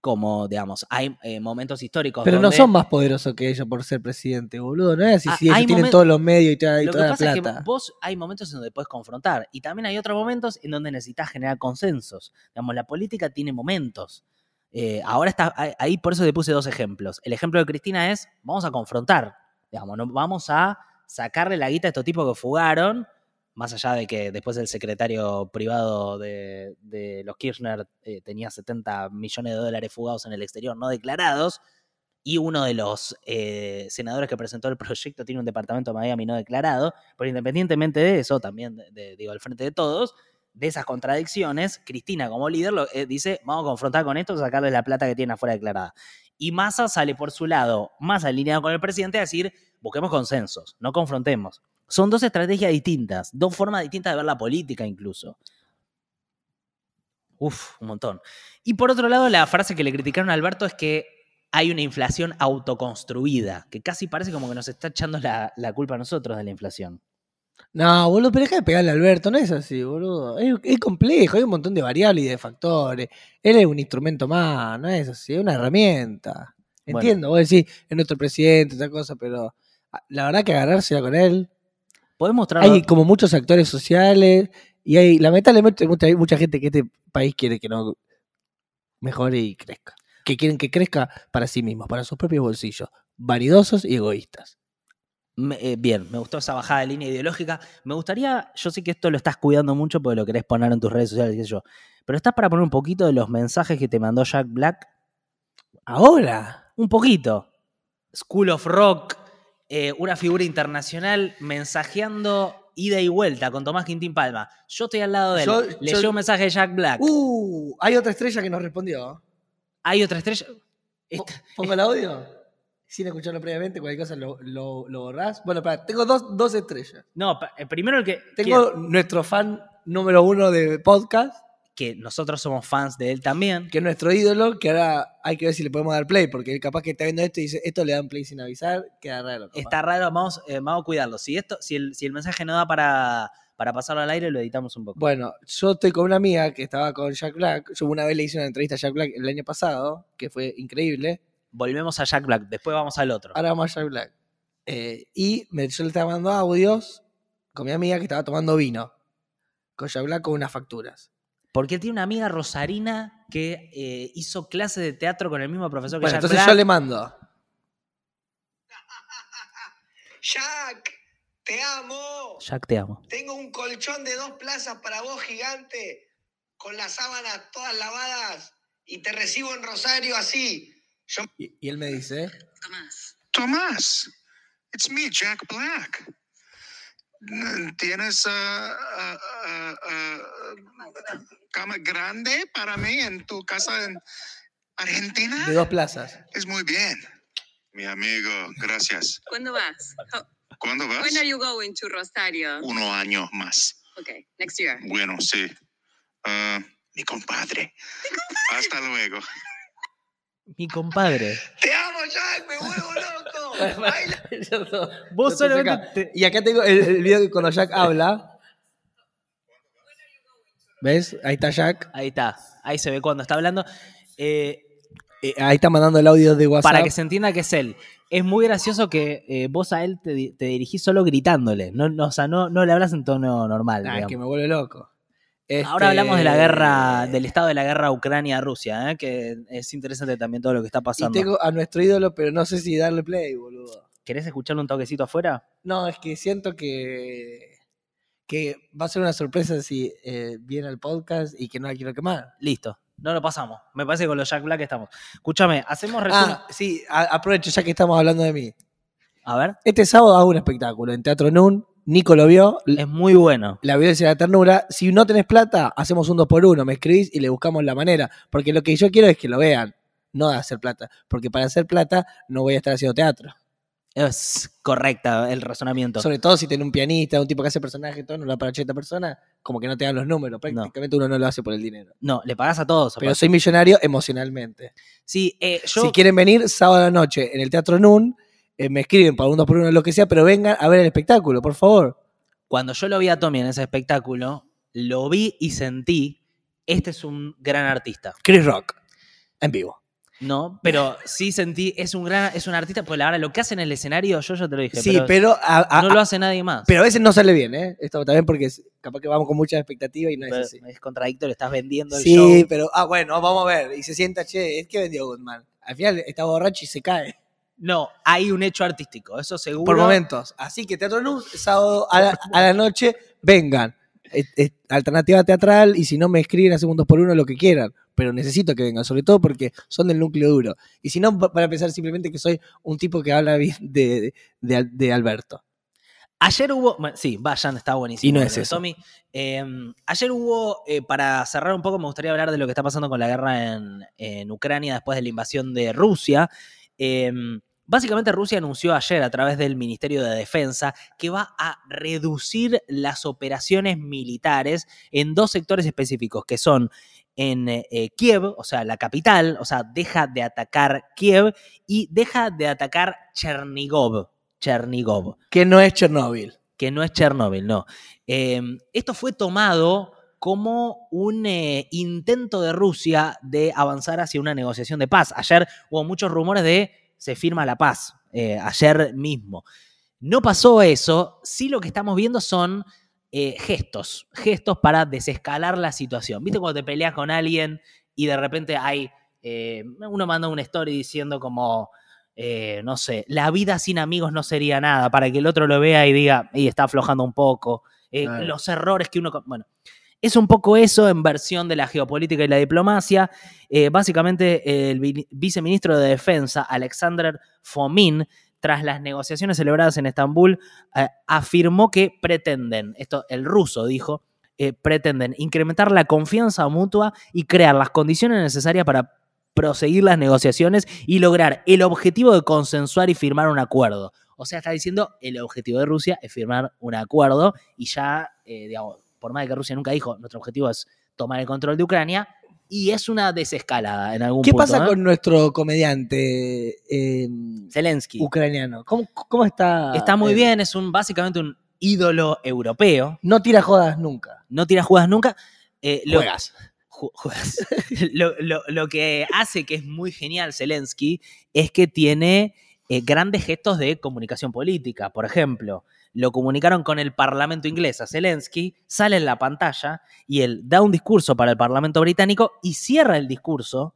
como, digamos, hay eh, momentos históricos.
Pero no
donde-
son más poderosos que ellos por ser presidente, boludo. No es así,
Ah,
si ellos
hay
tienen
momen-
todos los medios y toda, y
Lo que
toda la
pasa
plata.
es que vos hay momentos en donde puedes confrontar y también hay otros momentos en donde necesitas generar consensos. Digamos, la política tiene momentos. Eh, ahora está ahí- ahí, por eso te puse dos ejemplos. El ejemplo de Cristina es, vamos a confrontar, digamos, no, vamos a sacarle la guita a estos tipos que fugaron, más allá de que después el secretario privado de, de los Kirchner eh, tenía 70 millones de dólares fugados en el exterior no declarados, y uno de los eh, senadores que presentó el proyecto tiene un departamento de Miami no declarado, pero independientemente de eso, también, de- de- digo, al frente de todos, de esas contradicciones, Cristina como líder lo- eh, dice, vamos a confrontar con esto, sacarle la plata que tiene afuera declarada. Y Massa sale por su lado, más alineado con el presidente, a decir, busquemos consensos, no confrontemos. Son dos estrategias distintas, dos formas distintas de ver la política incluso. Uf, un montón. Y por otro lado, la frase que le criticaron a Alberto es que hay una inflación autoconstruida, que casi parece como que nos está echando la, la culpa a nosotros de la inflación.
No, boludo, pero deja de pegarle a Alberto, no es así, boludo. Es, es complejo, hay un montón de variables y de factores. Él es un instrumento más, no es así, es una herramienta.
Bueno.
Entiendo, vos decís, es nuestro presidente, esa cosa, pero ah, la verdad que agarrársela con él.
¿Podés mostrar
Hay como muchos actores sociales y hay, lamentablemente, mucha, hay mucha gente que este país quiere que no mejore y crezca. Que quieren que crezca para sí mismos, para sus propios bolsillos. Vanidosos y egoístas.
Me- eh, bien, me gustó esa bajada de línea ideológica. Me gustaría, yo sé que esto lo estás cuidando mucho porque lo querés poner en tus redes sociales, qué sé yo, pero estás para poner un poquito de los mensajes que te mandó Jack Black.
Ahora.
Un poquito. School of Rock, eh, una figura internacional mensajeando ida y vuelta con Tomás Quintín Palma. Yo estoy al lado de él.
Yo-
Leyó
yo-
un mensaje de Jack Black.
Uh, hay otra estrella que nos respondió.
Hay otra estrella.
Po-
Esta-
¿Pongo el audio? Sin escucharlo previamente, cualquier cosa lo, lo, lo borrás. Bueno, pará, tengo dos, dos estrellas.
No, pa- eh, primero el que.
Tengo nuestro fan número uno de podcast,
Que que nosotros somos fans de él también.
que es nuestro ídolo, que ahora hay que ver si le podemos dar play, porque él capaz que está viendo esto y dice, esto le dan play sin avisar, queda raro. capaz.
Está raro, vamos, eh, vamos a cuidarlo. Si, esto, si, el, si el mensaje no da para, para pasarlo al aire, lo editamos un poco.
Bueno, yo estoy con una amiga que estaba con Jack Black. Yo una vez le hice una entrevista a Jack Black el año pasado, que fue increíble.
Volvemos a Jack Black, después vamos al otro.
Ahora vamos a Jack Black. Eh, y me, yo le estaba mandando audios con mi amiga que estaba tomando vino. Con Jack Black con unas facturas.
Porque él tiene una amiga rosarina que eh, hizo clase de teatro con el mismo profesor que
Bueno,
Jack
entonces
Black.
yo le mando.
Jack, te amo.
Jack, te amo.
Tengo un colchón de dos plazas para vos, gigante, con las sábanas todas lavadas y te recibo en Rosario así.
Y, y él me dice,
Tomás, it's me, Jack Black. ¿Tienes uh, uh, uh, uh, cama grande para mí en tu casa en Argentina?
de dos plazas.
Es muy bien. Mi amigo, gracias.
¿Cuándo vas? How-
¿Cuándo vas?
when are you going to Rosario?
Uno año más.
Okay, next year.
Bueno, sí. Ah, mi compadre. Hasta luego.
Mi compadre.
Te amo, Jack, me vuelvo loco. Baila.
Vos
Yo estoy
solamente
acá. Y acá tengo el, el video que cuando Jack habla. ¿Ves? Ahí está Jack.
Ahí está. Ahí se ve cuando está hablando. Eh,
Eh, ahí está mandando el audio de WhatsApp.
para que se entienda que es él. Es muy gracioso que eh, vos a él te, di- te dirigís solo gritándole. No, no, o sea, no, no le hablas en tono normal.
Ah, es
digamos.
que me vuelve loco. Este-
Ahora hablamos de la guerra, del estado de la guerra Ucrania-Rusia, ¿eh? que es interesante también todo lo que está
Y
pasando.
tengo a nuestro ídolo, pero no sé si darle play, boludo.
¿Querés escucharle un toquecito afuera?
No, es que siento que, que va a ser una sorpresa si eh, viene al podcast y que no la quiero quemar.
Listo. No lo pasamos. Me parece que con los Jack Black estamos. Escúchame, hacemos resumen.
Ah, sí, a- aprovecho ya que estamos hablando de mí.
A ver,
Este sábado hago un espectáculo en Teatro Nun. Nico lo vio. l-
es muy bueno.
La violencia y la ternura. Si no tenés plata, hacemos un dos por uno. Me escribís y le buscamos la manera. Porque lo que yo quiero es que lo vean, no de hacer plata. Porque para hacer plata no voy a estar haciendo teatro.
Es correcta el razonamiento.
Sobre todo si tenés un pianista, un tipo que hace personaje, todo, no lo para 80 personas, como que no te dan los números. Prácticamente uno no lo hace por el dinero.
No, le pagás a todos.
Pero
aparte.
soy millonario emocionalmente.
sí, eh, yo
Si quieren venir sábado a la noche en el Teatro Nun, eh, me escriben para un dos por uno lo que sea, pero vengan a ver el espectáculo, por favor.
cuando yo lo vi a Tommy en ese espectáculo, lo vi y sentí, este es un gran artista.
Chris Rock, en vivo.
No, pero sí sentí, es un gran, es un artista, pues la verdad, lo que hace en el escenario, yo ya te lo dije,
Sí,
pero,
pero a, a-
no lo hace nadie más.
Ah, pero a veces no sale bien, ¿eh? Esto también porque es- capaz que vamos con mucha expectativa y no es
Pero
así.
es contradictorio, estás vendiendo el
Sí,
show.
pero, ah, bueno, vamos a ver. Y se sienta, che, es que vendió Goodman. Al final está borracho y se cae.
No, hay un hecho artístico, eso seguro.
Por momentos. Así que Teatro Luz, sábado a la, a la noche, vengan. Es- es alternativa teatral y si no me escriben a segundos por uno lo que quieran. Pero necesito que vengan, sobre todo porque son del núcleo duro. Y si no, va- van a pensar simplemente que soy un tipo que habla bien de, de, Al- de Alberto.
Ayer hubo, bueno, sí, vayan, está buenísimo.
Y no
lo
es
de
eso.
Tommy. Eh, ayer hubo, eh, para cerrar un poco, me gustaría hablar de lo que está pasando con la guerra en, en Ucrania después de la invasión de Rusia. Eh, básicamente Rusia anunció ayer a través del Ministerio de Defensa que va a reducir las operaciones militares en dos sectores específicos, que son en eh, Kiev, o sea, la capital, o sea, deja de atacar Kiev y deja de atacar Chernigov. Chernigov
Que no es Chernóbil.
que no es Chernóbil, no. Eh, esto fue tomado como un eh, intento de Rusia de avanzar hacia una negociación de paz. Ayer hubo muchos rumores de se firma la paz, eh, ayer mismo. No pasó eso, sí lo que estamos viendo son eh, gestos, gestos para desescalar la situación. ¿Viste cuando te peleas con alguien y de repente hay, eh, uno manda una story diciendo como, eh, no sé, la vida sin amigos no sería nada, para que el otro lo vea y diga, y está aflojando un poco, eh,
Claro.
los errores que uno... co- Bueno, es un poco eso en versión de la geopolítica y la diplomacia. Eh, básicamente, el vi- viceministro de Defensa, Alexander Fomin, tras las negociaciones celebradas en Estambul, eh, afirmó que pretenden, esto el ruso dijo, eh, pretenden incrementar la confianza mutua y crear las condiciones necesarias para proseguir las negociaciones y lograr el objetivo de consensuar y firmar un acuerdo. O sea, está diciendo, el objetivo de Rusia es firmar un acuerdo y ya, eh, digamos, por más de que Rusia nunca dijo, nuestro objetivo es tomar el control de Ucrania, y es una desescalada en algún
¿Qué
punto.
pasa
¿eh?
con nuestro comediante eh,
Zelensky?
ucraniano? ¿Cómo, cómo está? Eh,
Está muy
él?
bien, es un básicamente un ídolo europeo.
No tira jodas nunca.
No tira jugadas nunca. Eh, lo-
Juegas.
Ju- juegas. lo, lo- lo que hace que es muy genial Zelensky es que tiene eh, grandes gestos de comunicación política. Por ejemplo, lo comunicaron con el Parlamento inglés a Zelensky, sale en la pantalla y él da un discurso para el Parlamento británico y cierra el discurso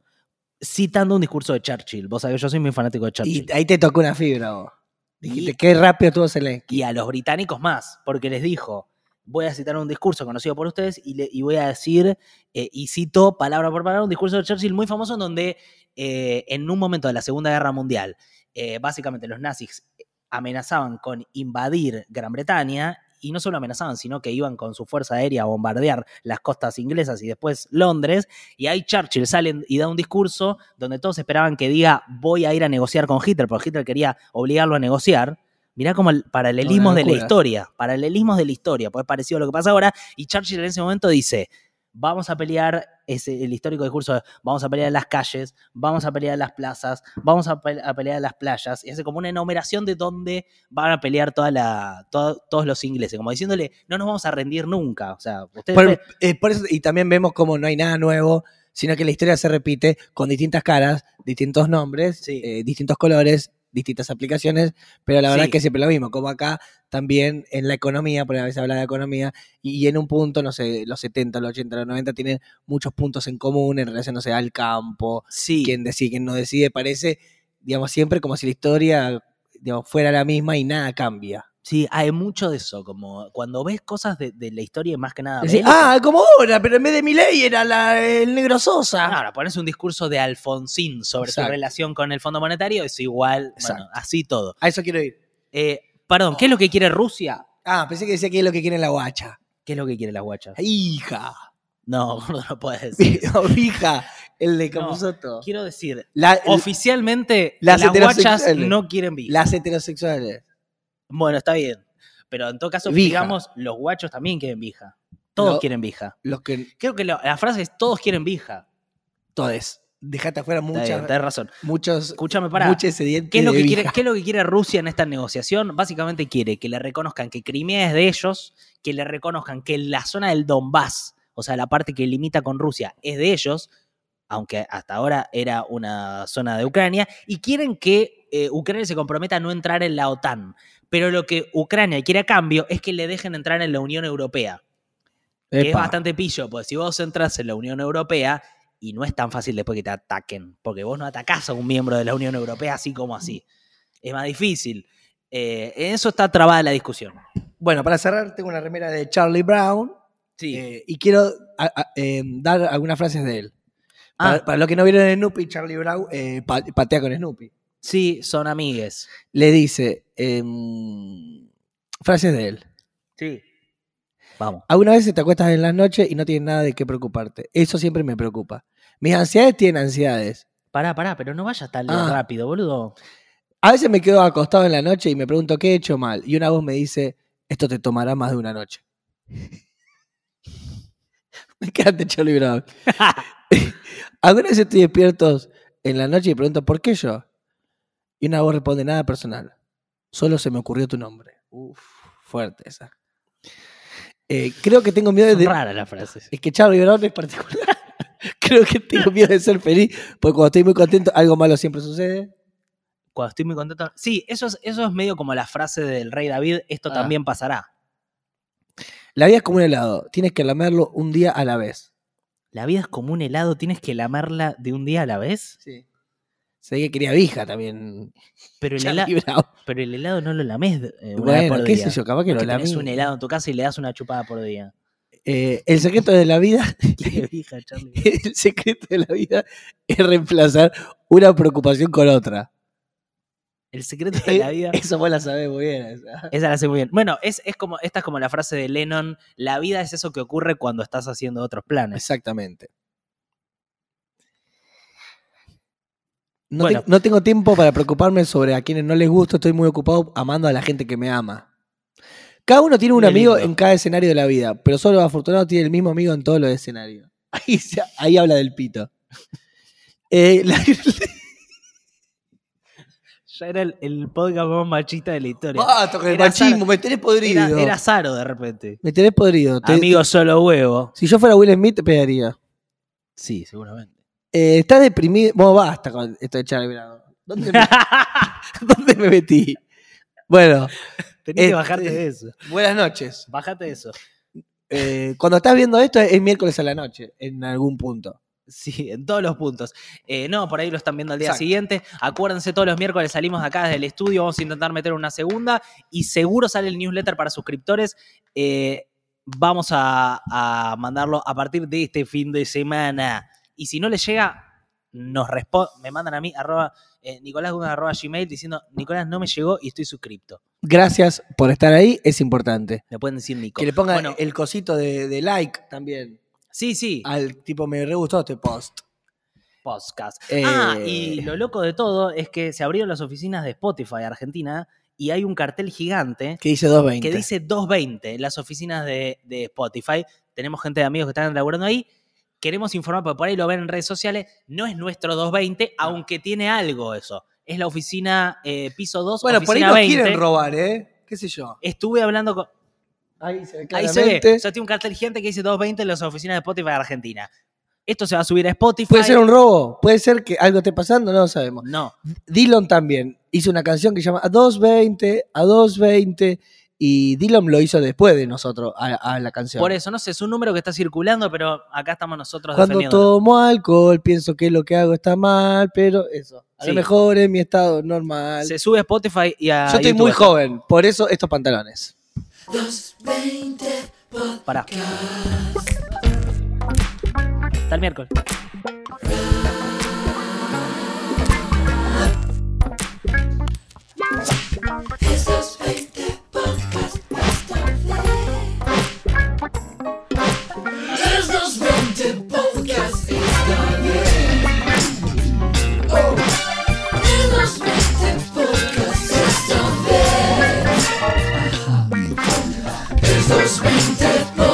citando un discurso de Churchill. Vos sabés, yo soy muy fanático de Churchill.
Y ahí te tocó una fibra vos. Dijiste,
Y-
qué rápido estuvo Zelensky.
y a los británicos más, porque les dijo, voy a citar un discurso conocido por ustedes y, le- y voy a decir, eh, y cito palabra por palabra, un discurso de Churchill muy famoso en donde eh, en un momento de la Segunda Guerra Mundial, eh, básicamente los nazis amenazaban con invadir Gran Bretaña. Y no solo amenazaban, sino que iban con su fuerza aérea a bombardear las costas inglesas y después Londres. Y ahí Churchill sale y da un discurso donde todos esperaban que diga voy a ir a negociar con Hitler, porque Hitler quería obligarlo a negociar. Mirá como el- paralelismos
Una
de la
locura.
historia, paralelismos de la historia, pues es parecido a lo que pasa ahora. Y Churchill en ese momento dice, vamos a pelear, es el histórico discurso, de, vamos a pelear en las calles, vamos a pelear en las plazas, vamos a, pe- a pelear en las playas. Y hace como una enumeración de dónde van a pelear toda la, to- todos los ingleses, como diciéndole, no nos vamos a rendir nunca. O sea, ustedes...
Por- eh, por eso- y también vemos como no hay nada nuevo, sino que la historia se repite con distintas caras, distintos nombres,
Sí.
eh, distintos colores, distintas aplicaciones, pero la verdad
Sí.
que siempre lo mismo, como acá también en la economía, porque a veces habla de economía, y, y en un punto, no sé, los 70, los 80, los 90 tienen muchos puntos en común en relación, no sé, al campo,
sí.
quién decide, quién no decide, parece, digamos, siempre como si la historia digamos, fuera la misma y nada cambia.
Sí, hay mucho de eso, como cuando ves cosas de, de la historia, más que nada.
Decís,
ves lo que-
ah, como ahora, pero en vez de mi ley era la- el negro Sosa.
ahora pones un discurso de Alfonsín sobre su
ah". Exacto.
relación con el Fondo Monetario, es igual, bueno,
Exacto.
así todo.
A eso quiero ir.
Eh, perdón, ¿qué es lo que quiere Rusia?
Ah, pensé que decía que es lo que quiere la guacha.
¿Qué es lo que quiere la guacha?
Hija.
No, gordo, no puedes decir.
O Hija, el de
No.
Capuzoto.
Quiero decir,
La-
oficialmente
Las
las guachas
heterosexuales.
no quieren vivir.
las heterosexuales.
Bueno, está bien. Pero en todo caso,
Vija.
digamos, los guachos también quieren vija. Todos
No.
quieren vija.
Los que.
Creo que lo- la frase es todos quieren vija.
Todes. Dejate afuera
Muchas
muchas.
tenés razón.
muchos.
Escúchame, para.
Muchos sedientes.
¿Qué es, lo
de
que quiere,
vija.
qué es lo que quiere Rusia en esta negociación? Básicamente quiere que le reconozcan que Crimea es de ellos, que le reconozcan que la zona del Donbass, o sea, la parte que limita con Rusia, es de ellos, aunque hasta ahora era una zona de Ucrania, y quieren que eh, Ucrania se comprometa a no entrar en la OTAN. Pero lo que Ucrania quiere a cambio es que le dejen entrar en la Unión Europea, que es
Epa.
bastante pillo, porque si vos entras en la Unión Europea, y no es tan fácil después que te ataquen, porque vos no atacás a un miembro de la Unión Europea así como así. Es más difícil. Eh, en eso está trabada la discusión.
Bueno, para cerrar, tengo una remera de Charlie Brown
Sí.
eh, y quiero a- a- eh, dar algunas frases de él. Para,
Ah.
para los que no vieron Snoopy, Charlie Brown eh, pa- patea con Snoopy.
Sí, son amigues.
Le dice em, frases de él.
Sí. Vamos.
Alguna vez te acuestas en las noches y no tienes nada de qué preocuparte. Eso siempre me preocupa. Mis ansiedades tienen ansiedades.
Pará, pará, pero no vayas tan
Ah.
rápido, boludo.
A veces me quedo acostado en la noche y me pregunto qué he hecho mal. Y una voz me dice, esto te tomará más de una noche. me quedaste Charlie Brown. Algunas veces estoy despierto en la noche y pregunto, ¿por qué yo? Y una voz responde, nada personal. Solo se me ocurrió tu nombre. Uf, fuerte esa. Eh, creo que tengo miedo
Es
de...
rara la frase.
Es que Charlie Brown es particular. creo que tengo miedo de ser feliz, porque cuando estoy muy contento, algo malo siempre sucede.
Cuando estoy muy contento. Sí, eso es, eso es medio como la frase del rey David, esto
Ah.
también pasará.
La vida es como un helado, tienes que lamerlo un día a la vez.
La vida es como un helado, tienes que lamarla de un día a la vez.
Sí. Se ve que quería vija también.
Pero el, hela-
Charlie Brown.
pero el helado no lo lames eh, una vez
Bueno,
por
qué
día.
sé yo, capaz que
Es
lo
que tenés
lamí.
un helado en tu casa y le das una chupada por día.
Eh, el secreto de la vida,
Qué pija, Charlie.
el secreto de la vida es reemplazar una preocupación con otra.
El secreto de la vida.
Eso vos la sabés muy bien. esa.
Eh, Esa la sé muy bien. Bueno, es, es como, esta es como la frase de Lennon, la vida es eso que ocurre cuando estás haciendo otros planes.
Exactamente. No,
Bueno.
te- no tengo tiempo para preocuparme sobre a quienes no les gusto, estoy muy ocupado amando a la gente que me ama. Cada uno tiene un
Qué
amigo
lindo.
en cada escenario de la vida, pero solo los afortunados tienen el mismo amigo en todos los escenarios. Ahí, se- ahí habla del pito. Eh, la-
Ya era el, el podcast más machista de la historia.
Basta con Ah, el
Era
machismo,
Sara-
me tenés
Era,
podrido.
era Saro de repente.
Me tenés podrido. te-
Amigo solo huevo.
Si yo fuera Will Smith, te pegaría.
Sí, seguramente.
Eh, estás deprimido. Vos basta con esto de Charlie Brown. ¿Dónde me, ¿dónde me metí? Bueno,
Tenés que
Este-
bajarte de eso.
buenas noches.
Bajate de eso.
Eh, cuando estás viendo esto es miércoles a la noche, en algún punto.
Sí, en todos los puntos. Eh, no, por ahí lo están viendo al día
Exacto.
siguiente. Acuérdense, todos los miércoles salimos de acá desde el estudio. Vamos a intentar meter una segunda. Y seguro sale el newsletter para suscriptores. Eh, vamos a, a mandarlo a partir de este fin de semana. Y si no les llega, nos respo- me mandan a mí, arroba, eh, Nicolás Guzmán, arroba gmail, diciendo, Nicolás, no me llegó y estoy suscripto.
Gracias por estar ahí, es importante.
Me pueden decir Nico.
Que le pongan
Bueno,
el cosito de, de like también.
sí, sí.
Al tipo, me re gustó este post.
podcast. Ah, y
Eh.
lo loco de todo es que se abrieron las oficinas de Spotify Argentina y hay un cartel gigante
Que dice 220.
que dice 220, las oficinas de, de Spotify. Tenemos gente de amigos que están laburando ahí. Queremos informar, porque por ahí lo ven en redes sociales. No es nuestro 220, aunque tiene algo eso. Es la oficina eh, piso 2,
bueno, por ahí
oficina
nos
20.
quieren robar, ¿eh? ¿Qué sé yo?
Estuve hablando con...
Ahí se ve
Ahí se ve.
claramente.
O sea, tiene un cartel gigante que dice 220 en las oficinas de Spotify Argentina. Esto se va a subir a Spotify.
Puede ser un robo, puede ser que algo esté pasando, no lo sabemos.
No.
Dylan también hizo una canción que se llama A 220, A 220, y Dylan lo hizo después de nosotros a, a la canción.
Por eso, no sé, es un número que está circulando, pero acá estamos nosotros
Cuando
defendiendo.
tomo alcohol, pienso que lo que hago está mal, pero eso. A
Sí.
lo mejor es mi estado normal.
Se sube a Spotify y a.
Yo estoy
YouTube.
muy joven, por eso estos pantalones.
Pará. Hasta el miércoles.
Estos 20 podcasts